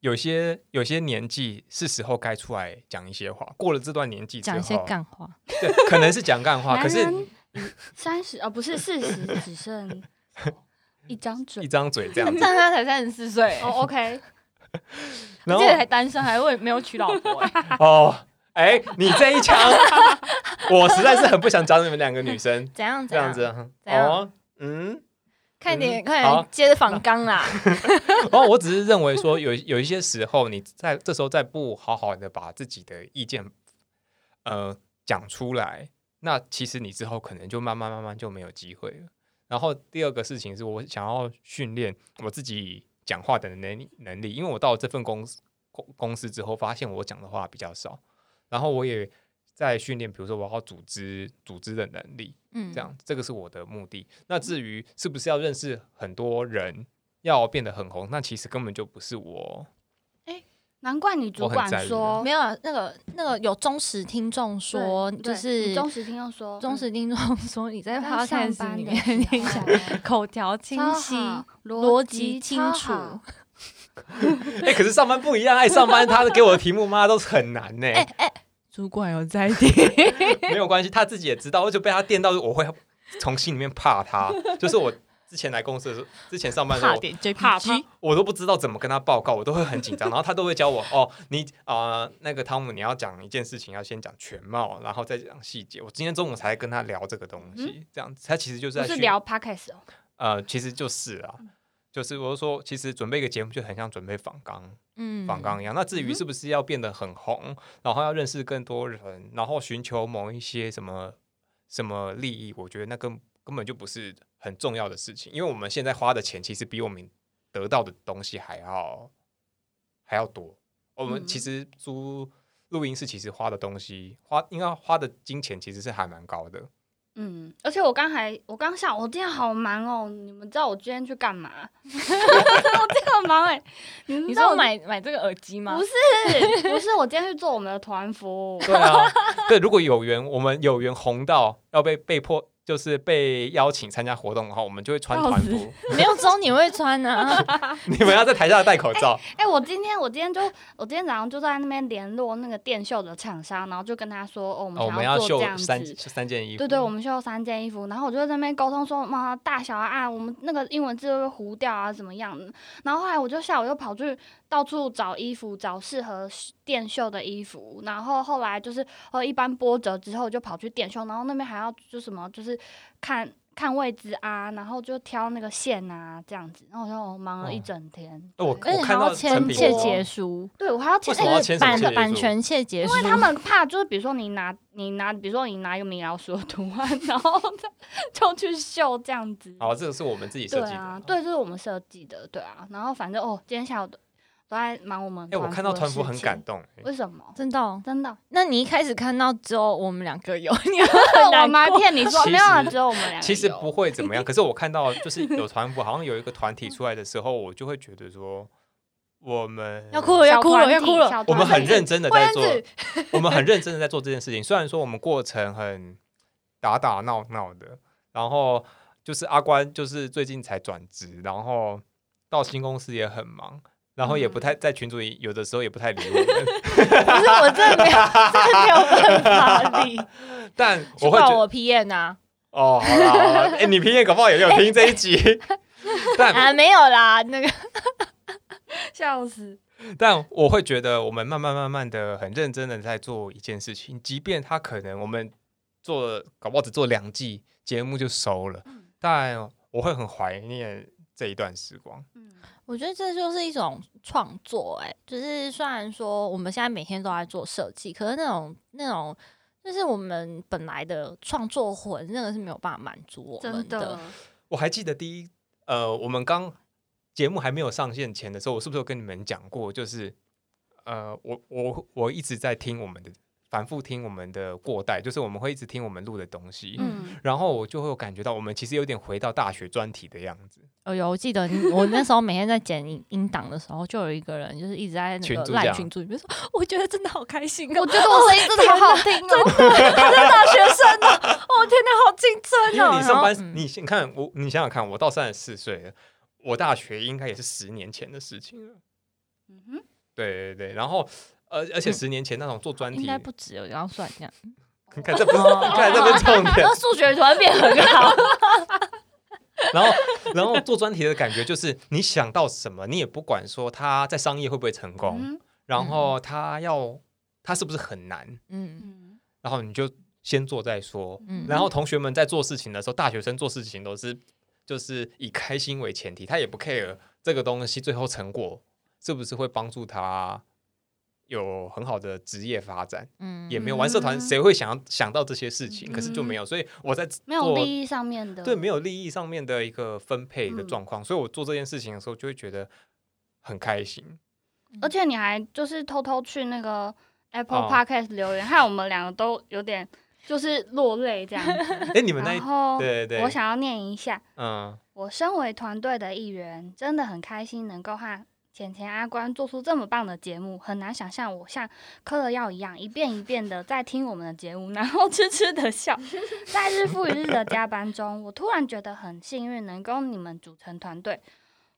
有些有些年纪是时候该出来讲一些话，过了这段年纪之讲后一，些干话。对，可能是讲干 话，可男是人三十哦，不是四 十，只剩一张一嘴。张嘴这 样子，但他才三十四岁，哦，OK，然后而且还单身，还未没有娶老 婆、欸。哦。哎、你这一枪， 我实在是很不想找你们两个女生怎样这样子，啊怎样哦，嗯，快点嗯快好点接着仿 纲啦！然后我只是认为说有有一些时候，你在这时候再不好好的把自己的意见呃讲出来，那其实你之后可能就慢慢慢慢就没有机会了。然后第二个事情是我想要训练我自己讲话的能力能力，因为我到了这份公司公公司之后，发现我讲的话比较少，然后我也在训练，比如说我要组织组织的能力，嗯这样，这个是我的目的。那至于是不是要认识很多人，要变得很红，那其实根本就不是我。 难怪你主我很管在意说没有啊那个那个有忠实听众哦对说，就对是你忠实听众说忠实听众说你在刚上 podcast 班里的面时听起候来 口条清超晰，好逻逻辑清超楚好哎、可是上班不一样，哎，上班他给我的题目妈都是很难 呢、哎哎，主管有在 听，没有关系，他自己也知道，我就被他电到，我会从心里面怕他。就是我之前来公司的时候，之前上班的时怕候，点怕他 JPG，我都不知道怎么跟他报告，我都会很紧张，然后他都会教我哦，你啊、呃那个汤姆，你要讲一件事情，要先讲全貌，然后再讲细节。我今天中午才跟他聊这个东西，这样子，他其实就是嗯不在是训聊 podcast 哦，呃，其实就是啊，嗯就是我是说，其实准备一个节目就很像准备访纲，嗯访纲一样。那至于是不是要变得很红，然后要认识更多人，然后寻求某一些什么什么利益，我觉得那根根本就不是很重要的事情，因为我们现在花的钱其实比我们得到的东西还要还要多。我们其嗯实租录音室，其实花的东西花应该花的金钱其实是还蛮高的。嗯，而且我刚还我刚想，我今天好忙哦，你们知道我今天去干嘛？ 我今天很忙哎、你们你知知道道我我买买这个耳机吗？不 是不是，我今天去做我们的团服，对啊，对，如果有缘，我们有缘红到要被被迫，就是被邀请参加活动的话，我们就会穿团服。 没有装你会穿啊，你们要在台下戴口罩，哎、我今天我今天就我今天早上就在那边联络那个电秀的厂商，然后就跟他说，哦，我哦我们们想要做这秀样子，三三件衣服。对对，我们需要三件衣服，然后我就在那边沟通说，妈，大小啊啊，我们那个英文字会糊掉啊，怎么样？然后后来我就下午又跑去到处找衣服，找适合电绣的衣服。然后后来就是呃，一般波折之后就跑去电绣，然后那边还要就什么，就是看看位置啊，然后就挑那个线啊这样子。然后我就哦忙了一哦整天。那我对而且我还看到要成签品哦切之后结书，对我还要签为什么要哎签什么版切结版书权切结因书，为他们怕，就是比如说你拿你拿，比如说你拿一个米老鼠的图案， 然后就去绣这样子。好，哦这个是我们自己设对计的嗯啊，。对，这是我们设计的，对啊。然后反正哦，今天下午都都在忙我们。哎，我看到团服很感，动。哎为什么？真的哦。真的，那你一开始看到只有我们两个有，你我很难们还过。骗你说其没有啊，实只有我们两个。其实 不，会怎么样，可是我看到就是 有团服，好像有一个团体出来的时候，我就会觉得说，我们要哭了，要哭了，要哭了！我们很认真的在做我认，我们很认真的在做这件事情。虽然说我们过程很打打闹闹的，然后就是阿关就是最近才转职，然后到新公司也很忙，然后也不嗯太在群组里，有的时候也不太理我们。不是我真的没有，真的没有办法理。但 去我会觉管得我 P N 啊哦，好啦，好啦哎，你平也搞不好也有听这一 集，但啊，没有啦，那个笑死。但我会觉得，我们慢慢慢慢的、很认真的在做一件事情，即便他可能我们做了搞不好只做两季节目就收了，但我会很怀念这一段时光。嗯， 我觉得这就是一种创作、欸，哎，就是虽然说我们现在每天都在做设计，可是那种那种就是我们本来的创作魂，那个是没有办法满足我们真的。我还记得第一，呃，我们刚节目还没有上线前的时候，我是不是有跟你们讲过？就是，呃，我我我一直在听我们的，反复听我们的过带，就是我们会一直听我们录的东西，嗯，然后我就会有感觉到我们其实有点回到大学专题的样子。哦，有，我记得你我那时候每天在剪音音档的时候，就有一个人就是一直在那群个组赖讲群组里面说，我觉得真的好开 心哦，我觉得我声音真的好好听 哦。大学生呢、我、天哪，好青春因哦！为你上班然后，嗯你先看我，你想想看，我到三十四岁了，我大学应该也是十年前的事情了。嗯哼对对对，然后而、呃、而且嗯十年前那种做专应题，该不哦止，我刚刚算一下，你 看这不是，你看这不是重点 那。数学突然变很好，然后然后做专题的感觉就是，你想到什么，你也不管说他在商业会不会成功，嗯然后他要他是不是很难，嗯嗯，然后你就先做再说。嗯，然后同学们在做事情的时候，大学生做事情都是就是以开心为前提，他也不 care 这个东西最后成果是不是会帮助他有很好的职业发展，嗯也没有玩社团，嗯谁会想要想到这些事情？可是就没有，所以我在没有做利益上面的，对没有利益上面的一个分配的嗯状况，所以我做这件事情的时候就会觉得很开 心。而且你还就是偷偷去那个 Apple 哦 Podcast 留言，害我们两个都有点就是落泪这样子。哎、你们那一然后对对对，我想要念一下，嗯，我身为团队的一员，真的很开心能够和浅浅阿关做出这么棒的节目，很难想象我像嗑了药一样，一遍一遍的在听我们的节目，然后痴痴的笑。在日复一日的加班中，我突然觉得很幸运能跟你们组成团队。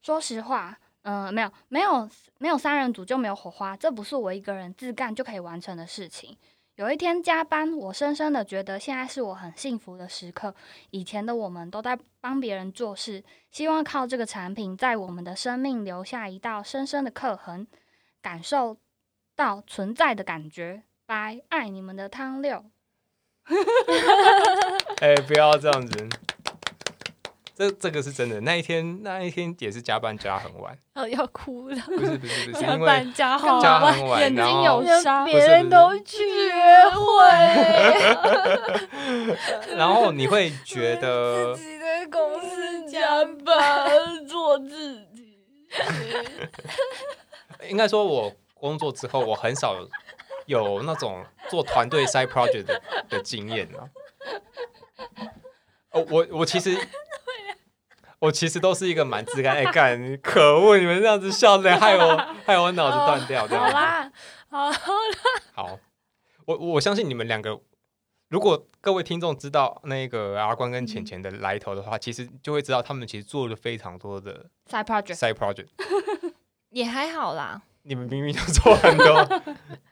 说实话，嗯、没有没有没有三人组就没有火花，这不是我一个人自干就可以完成的事情。有一天加班，我深深的觉得现在是我很幸福的时刻，以前的我们都在帮别人做事，希望靠这个产品在我们的生命留下一道深深的刻痕，感受到存在的感觉。拜，爱你们的汤六。哎、不要这样子。这这个是真的，那一天那一天也是加班加很晚，呃，要哭了，不是不是不是，加因为班加好加晚，很晚，眼然睛后有沙，别人都去约 会，然后你会觉得自己的公司加班做自己。 应该说，我工作之后，我很少有那种做团队 side project 的的经验啊。哦，我我其 实我其实都是一个蛮自甘哎干，可恶！你们这样子笑的，害我 害我脑子断掉。这好样子啦，好，好，我我相信你们两个，如果各位听众知道那个阿关跟嗯浅浅的来头的话，其实就会知道他们其实做了非常多的 side project， side project。也还好啦。你们明明就做很多。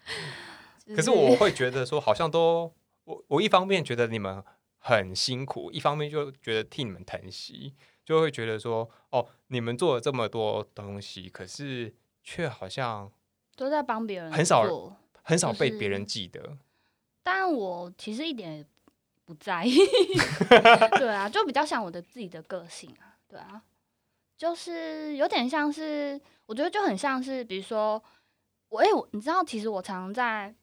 就可是 我会觉得说，好像都我我一方面觉得你们很辛苦，一方面就觉得替你们疼惜，就会觉得说，哦，你们做了这么多东西，可是却好像都在帮别人很少做，很少被就是别人记得。但我其实一点也不在意。 对啊，就比较像我的自己的个性啊，对啊，就是有点像是，我觉得就很像是，比如说我，哎、我你知道，其实我常常在。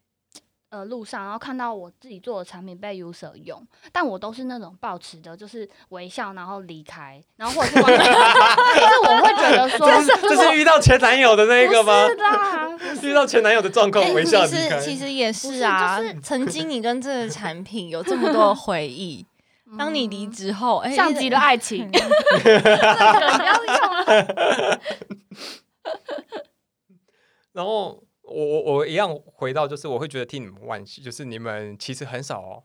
呃，路上然后看到我自己做的产品被 user 用，但我都是那种抱持的，就是微笑然后离开，然后或者是忘记， 就是我会觉得说，这是遇到前男友的那一个吗不是？啊啦， 遇到前男友的状哎况，微笑哎其离开嗯实。其实也是啊，不曾经你跟这个产品有这么多的回 忆，当你离嗯职后，哎、像极了爱情 嗯。不要用啊，然后我我我一样回到，就是我会觉得替你们惋惜，就是你们其实很少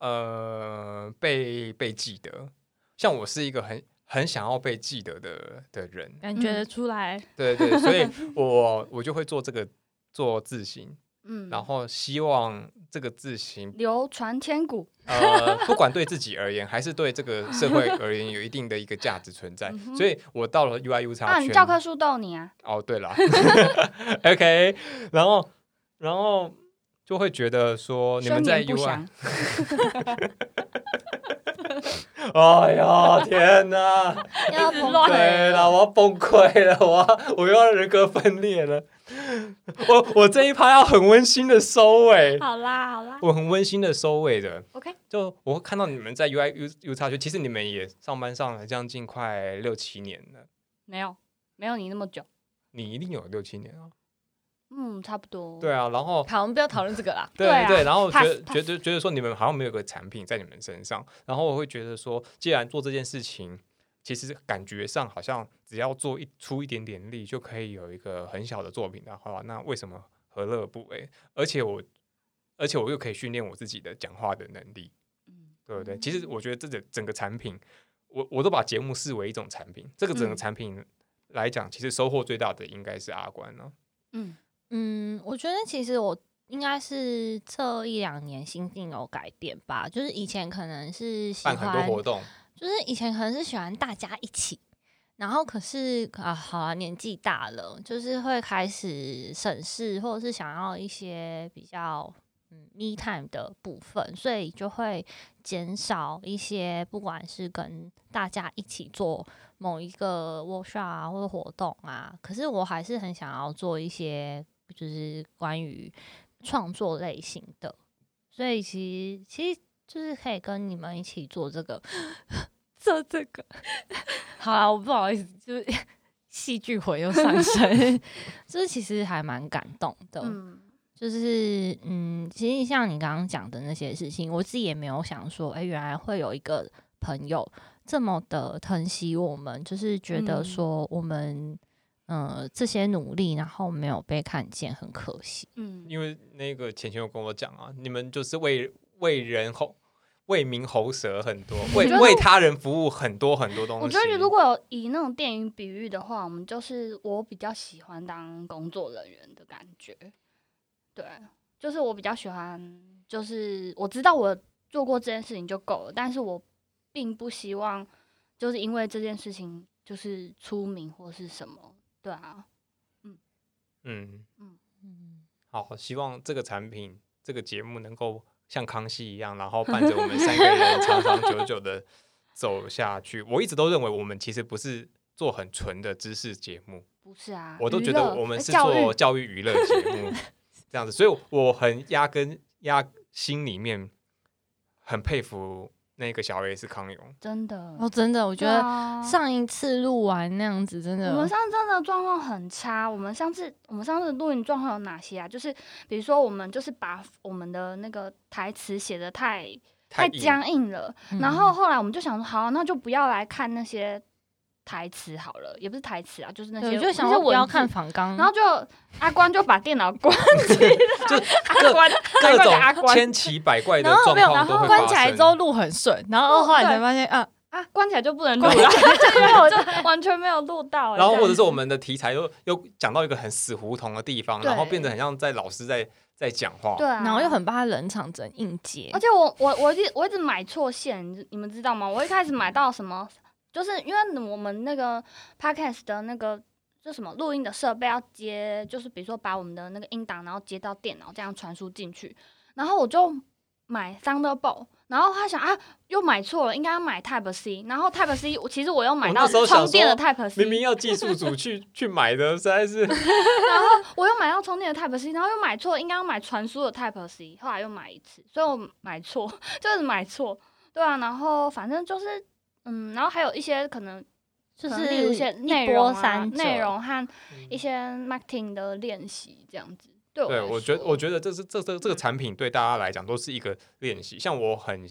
呃被被记得。像我是一个很很想要被记得的的人，感觉得出来，对对，所 以我我就会做这个做自行，嗯，然后希望这个自行流传千古，呃，不管对自己而言，还是对这个社会而言，有一定的一个价值存在嗯。哼所以我到了 UI U 叉啊，圈，你教科书逗你啊，哦，对了，OK，然 后然后就会觉得说哦你休们在眠不 UI，详。哎呀天哪， 要崩乱对了，我要崩溃了，我要我又要人格分裂了，我我这一趴要很温馨的收尾，好啦好啦，我很温馨的收尾的。 OK 就我会看到你们在 UI U U 叉圈，其实你们也上班上了将近快六七年了，没有，没有你那么久。你一定有六七年啊，嗯，差不多。对啊，然后好，我们不要讨论这个啦。对对啊对，然后觉 pass，得觉得觉得说你们好像没有个产品在你们身上，然后我会觉得说，既然做这件事情，其实感觉上好像只要做一出一点点力就可以有一个很小的作品的话，那为什么何乐而不为？而且我而且我又可以训练我自己的讲话的能力，嗯，对不对？其实我觉得这整整个产品，我我都把节目视为一种产品，这个整个嗯产品来讲，其实收获最大的应该是阿关了、嗯嗯，我觉得其实我应该是这一两年心境有改变吧，就是以前可能是喜办很多欢活动，就是以前可能是喜欢大家一起，然后可是啊，好啊，年纪大了，就是会开始审视，或者是想要一些比较嗯 me time 的部分，所以就会减少一些，不管是跟大家一起做某一个 workshop 啊，或者活动啊，可是我还是很想要做一些，就是关于创作类型的，所以其实其实。就是可以跟你们一 起做这个，做这个。好啦，我不好意思，就是 戏剧回又上升， 就是其实还蛮感动的。嗯，就是嗯，其实像你刚刚讲的那些事情，我自己也没有想说，哎、原来会有一个朋友这么的疼惜我们，就是觉得嗯说我们、呃这些努力，然后没有被看见，很可惜。嗯，因为那个浅浅有跟我讲啊，你们就是为为人吼为民喉舌很多，为觉得为我他人服务很多很多东西。我觉得如果有以那种电影比喻的话，我们就是我比较喜欢当工作人员的感觉，对，就是我比较喜欢，就是我知道我做过这件事情就够了，但是我并不希望就是因为这件事情就是出名或是什么，对啊，嗯嗯，好，希望这个产品这个节目能够像康熙一样，然后伴着我们三个人长长久久的走下去。我一直都认为我们其实不是做很纯的知识节目，不是啊，我都娱觉得乐我呃们是教做育，教育娱乐节 目这样子，所以我很压根压心里面很佩服那个小 S 康永。真的，哦，真的，我觉对得啊上一次录完那样子，真的，我们上次真的状况很差。我们上次我们上次录影状况有哪些啊？就是比如说我们就是把我们的那个台词写的太太硬僵硬了，嗯然后后来我们就想说，好，那就不要来看那些台词好了，也不是台词啊，就是那对，些我就想那些说不要文字看。仿纲，然后就阿关就把电脑关起来， 就阿关阿各关阿种关千奇百怪的 然后状没有，况然都后会关发起来生之。后录很顺，然后后来才对发现啊，啊关起来就不能录关了，对，我就完全没有录到、欸。然后或者是这样我们的题材又又讲到一个很死胡同的地方，然后变得很像在老师在在讲话。对、啊，然后又很怕冷场，整应接而。且我我我一直我一直买错线，你知你们知道吗？我一开始买到什么，就是因为我们那个 podcast 的那个就什么录音的设备要接，就是比如说把我们的那个音档，然后接到电脑这样传输进去，然后我就买 Thunderbolt。然后他想啊，又买错了，应该要买 Type C。然后 Type C，我其实我又买我到那时候想充电的说 Type C，明明要技术组去去买的，实在是我又买到充电的 Type C，然后又买错，应该要买传输的 Type C，后来又买一次，所以我买错， 就是买错，对啊，然后反正就是，嗯，然后还有一些可能就可能例如一些内一波容啊、三折嗯内容和一些 marketing 的练习这样子。对我对，来我觉得说我觉得这是这这嗯这个产品对大家来讲都是一个练习。像我很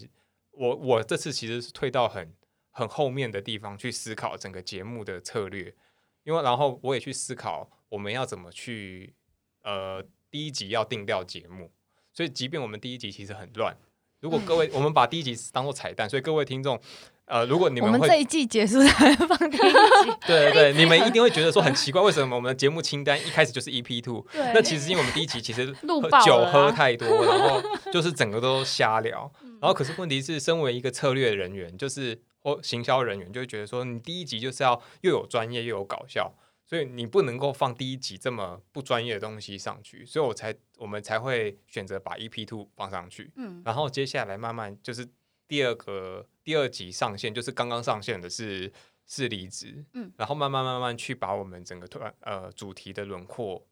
我我这次其实是退到很很后面的地方去思考整个节目的策略，因为然后我也去思考我们要怎么去呃第一集要定调节目，所以即便我们第一集其实很乱，如果各 位、我们把第一集当做彩蛋，所以各位听众。呃，如果你我们们会这一季结束 才放第 一集，对 对对，你们一定会觉得说很奇怪，为什么我们的节目清单一开始就是 EP two？对那其实因为我们第一集其 实录喝爆酒了啊喝太多，然后就是整个都瞎聊。嗯然后可是问题是，身为一个策略人员，就是或行销人员，就会觉得说，你第一集就是要又有专业又有搞笑，所以你不能够放第一集这么不专业的东西上去，所以我才我们才会选择把 EP two 放上去。嗯，然后接下来慢慢就是第二个第二集上线，就是刚刚上线的是是离职，嗯然后慢慢慢慢去把我们整个团呃主题的轮廓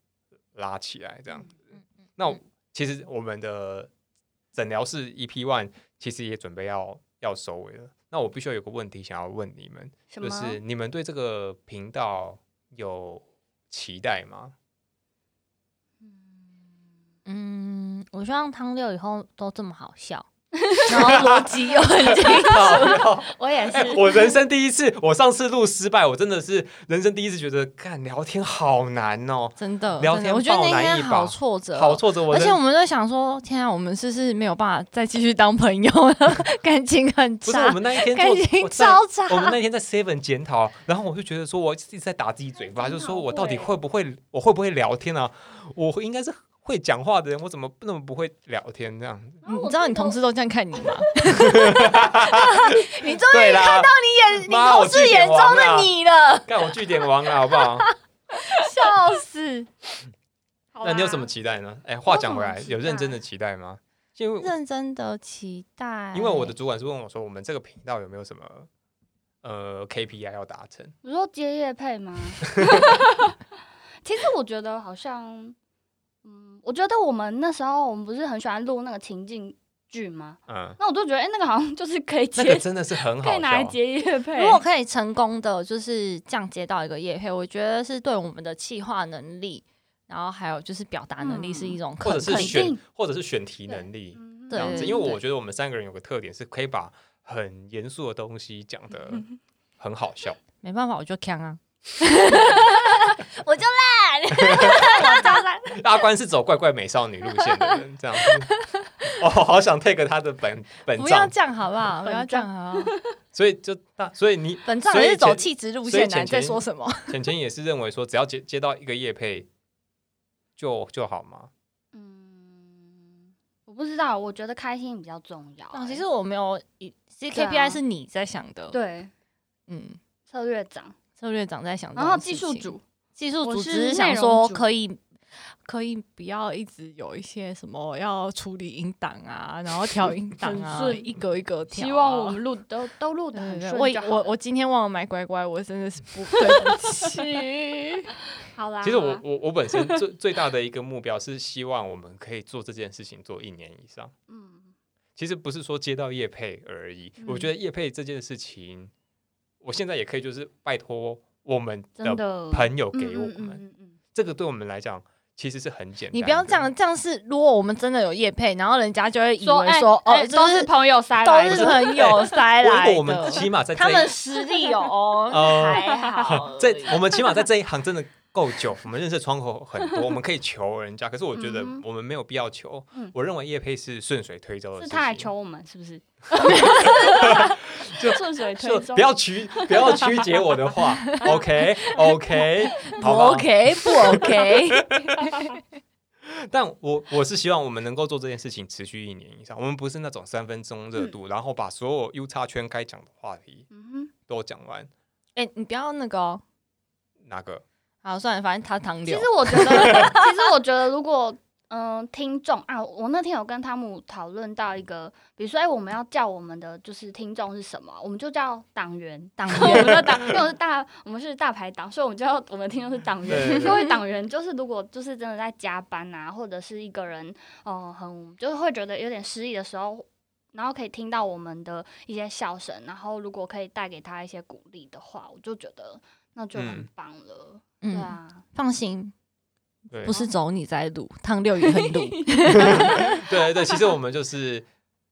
拉起来，这样子。嗯那我其实我们的诊疗室 EP One 其实也准备要要收尾了。那我必须要有个问题想要问你们，什就么？是你们对这个频道有期待吗？ 嗯，我希望汤六以后都这么好 笑，然后逻辑又 很清楚。我也 哎、我人生第一次，我上次录失败，我真的是人生第一次觉得，干聊天好难哦，真的聊真天的我觉得爆那难天一好把挫折，好。挫折。我哦而且人我们就想说，天啊，我们是不是没有办法再继续当朋友了？ 感情很不是我差，们那一天感做情我在超差。我们那天在 Seven 检讨，然后我就觉得说，我一直在打自己嘴巴，就说我到底会会不会，我会不会聊天啊？我会应该是会讲话的人，我怎么那么不会聊天这样子？然后嗯你我知道记你得同事都这样看 你吗？ 你终于看到你眼你妈我同据事点眼中王的啊你了，干我据点王了，好不 好？笑死！ 好那你有什啦么期待呢？哎、话讲回我哦来有，什么有认真期待的期待吗？因为认真的期待，因为我的主管是问我说，我们这个频道有没有什么呃 KPI 要达成？你说接夜 配吗？其实我觉得好像，嗯，我觉得我们那时候我们不是很喜欢录那个情境剧吗？嗯，那我就觉得，哎、那个好像就是可以接，那个真的是很可好以拿来笑。接乐配。如果可以成功的就是降接到一个业配，我觉得是对我们的企划能力，然后还有就是表达能力是一种或者肯是定。选定，或者是选题能力嗯这对样子，对因为对我觉得我们三个人有个特点是可以把很严肃的东西讲 得很好笑。没办法，我就扛啊。我就阿关是走怪怪美少女路线的人， 这样子。哦，好想 take 他的本本不要账，这样好不好？不要这样好不好？所以就大，所以你本账所以还是走前气质路所以线的，浅你在浅说什么？浅浅也是认为说，只要接接到一个业配就就好嘛。嗯，我不知道，我觉得开心比较重要、啊哎其实我没有，其实对啊 KPI 是你在想的，，对嗯，策略长，策略长在想这然种事情，后技术组，技术我组是只是内想容说组可以。可以不要一直有一些什么要处理音档啊，然后调音档很啊，顺一个一个调啊、希望我们录都都录的对很对顺对就我好我了我今天忘了买乖乖，我真的是不对不起。好啦。其实好我啦我我本身最最大的一个目标是希望我们可以做这件事情做一年以上。嗯，其实不是说接到业配而已，我觉得业配这件事情，我现在也可以就是拜托我们真的的朋友给我嗯嗯们，嗯嗯嗯这个对我们来讲其实是很简单的。你不要这样，这样是如果我们真的有业配，然后人家就会以说为哎说哎哦，就都是朋友塞都来是的，朋 友塞如来果的。我们起码在这他们一，实力有哦哦还好而已。这我们起码在这一行真的够久，我们认识的窗口很多，我们可以求人家。可是我觉得嗯我们没有必要求。嗯我认为业配是顺水推舟的是事情，他来求我们，是不 是？ 就顺水推就舟，不要曲不要曲解我的 话。OK OK，不好不好 OK 不 OK，但我我是希望我们能够做这件事情持续一年以上。我们不是那种三分钟嗯热度，然后把所有 U 叉圈该讲的话题嗯哼，都讲完。哎，你不要那个哦。哪个？好，算了，反正他糖其流实。我觉得，其实我觉得，如果嗯、听众啊，我那天有跟汤姆讨论到一个，比如说，哎、我们要叫我们的就是听众是什么，我们就叫党员。党 我们员的党，因为我们是大，我们是大排档，所以我们就要我们听众是党对对员。对各位党员，就是如果就是真的在加班啊，或者是一个人，嗯、很就是会觉得有点失意的时候，然后可以听到我们的一些笑声，然后如果可以带给他一些鼓励的话，我就觉得那就很嗯棒了。对嗯，啊，放心，对，不是走你在录，汤六也很录。对对对，其实我们就是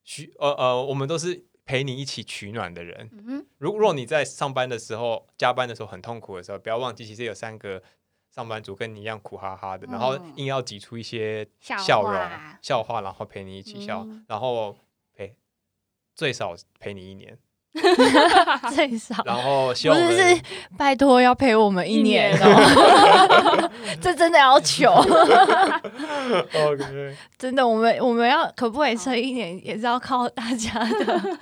取呃呃，我们都是陪你一起取暖的人。嗯哼。如若你在上班的时候、加班的时候很痛苦的时候，不要忘记，其实有三个上班族跟你一样苦哈哈的，然后嗯硬要挤出一些笑笑容、话笑话，然后陪你一起笑，嗯然后陪最少陪你一哦年，最少然后希不望我是们是拜托要陪我们一年哦、 这真的要求， OK 真的我们我们要可不可以撑一年，也是要靠大 家的。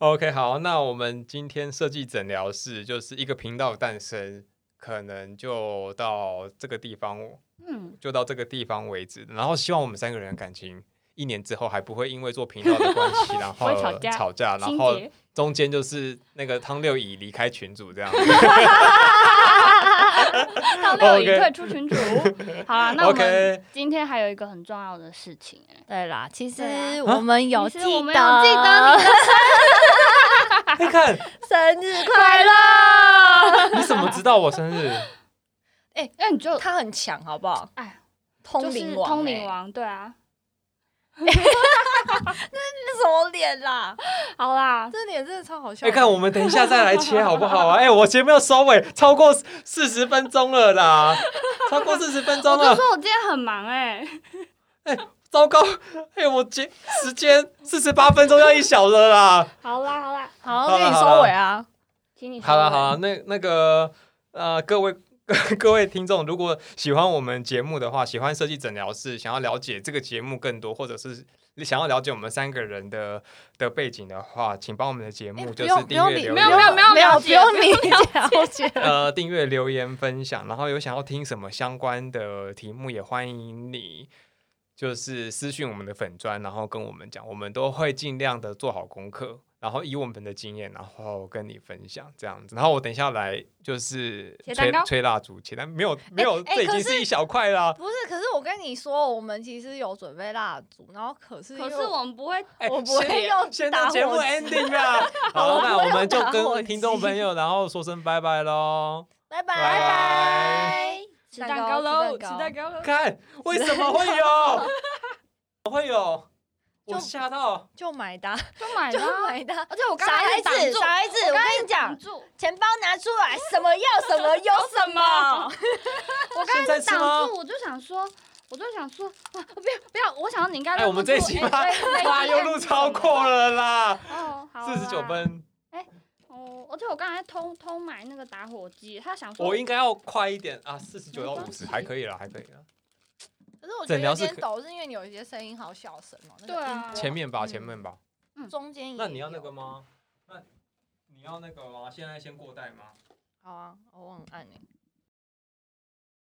OK 好，那我们今天设计诊疗室就是一个频道的诞生，可能就到这个地方。嗯，就到这个地方为止。然后希望我们三个人的感情一年之后还不会因为做频道的关 系，然后会吵架吵架然清后洁中间就是那个汤六乙离开群组 这样子。到六已 OK 退出群组。好啦，那我们 OK，今天还有一个很重要的事情、哎，对啦，其实对啊我们有其记实得，我们有记得你的你哎看 生日快乐。你怎么知道我生日？那你就 他很强，好不好？哎哎，通就是灵王、欸通灵，王，对啊。那什么脸啦？好啦，这脸真的超好笑。哎、看我们等一下再来切好不好啊？哎、我节目要收尾，超过四十分钟了啦，超过四十分我钟就了，说我今天很忙哎、糟糕！哎、我节时间四十八分钟要一小时了啦。好啦好啦，好，好那了你好了收尾啊。请你好了收尾好了，那那个呃，各位 各位听众，如果喜欢我们节目的话，喜欢设计诊疗室，想要了解这个节目更多，或者是想要了解我们三个人的的背景的话，请帮我们的节哎哎目就是订阅留言，没有没有没有没有，不用没理解，我 觉得呃，订阅留言分享，然后有想要听什么相关的题目，也欢迎你就是私讯我们的粉砖，然后跟我们讲，我们都会尽量的做好功课，然后以我们的经验，然后跟你分享这样子。然后我等一下来就是切蛋吹糕吹蜡烛，切蛋没有没有，哎这已可经是是一小块 啦。不是，可是我跟你说，我们其实有准备蜡烛，然后可是可因是为我们不会哎，我不会用现打在节目火机 ending 啊，好，那我们就打火跟听众机朋友，然后说声拜拜喽。拜拜拜拜吃蛋糕喽，吃蛋糕喽。看，为什么会有？怎么会有？我吓到！就买单，就买就了啊，买单。而且我刚傻才孩还子挡，住傻，孩子，我我刚跟挡你讲，住，钱包拿出来，什么要什么有什么。我刚现在才吃吗挡住，我就想说，我就想说，哇，不要不要，我想要你应该哎，我们这一期吧， 哇，又录超过了啦，哦，哎好啦四十九分。哦，而且我刚才偷偷买那个打火机，他想说我应该要快一点啊，四十九到没五关系十还可以了，还可以了。可是我觉诊得疗有是点可抖，是因为你有一些声音好小声哦。那个对啊音波前面吧，嗯前面吧。中间也那你要那个有？吗？那你要那个吗？现在先过带吗？好啊，我忘了按你。